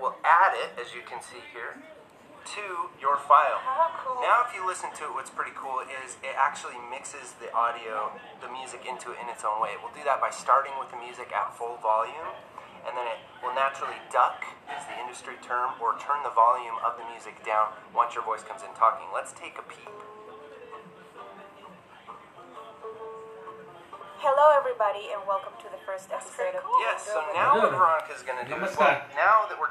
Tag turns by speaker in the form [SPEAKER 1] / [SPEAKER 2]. [SPEAKER 1] will add it, as you can see here, to your file.
[SPEAKER 2] How cool.
[SPEAKER 1] Now, if you listen to it, what's pretty cool is it actually mixes the audio, the music into it in its own way. It will do that by starting with the music at full volume, and then it will naturally duck, is the industry term, or turn the volume of the music down once your voice comes in talking. Let's take a peek.
[SPEAKER 2] Oh Hello, everybody, and welcome to the first episode of
[SPEAKER 1] Yes, so
[SPEAKER 2] Duolingo.
[SPEAKER 1] now what Veronica's going to do is, well,
[SPEAKER 3] Namaskar.
[SPEAKER 1] now that we're done.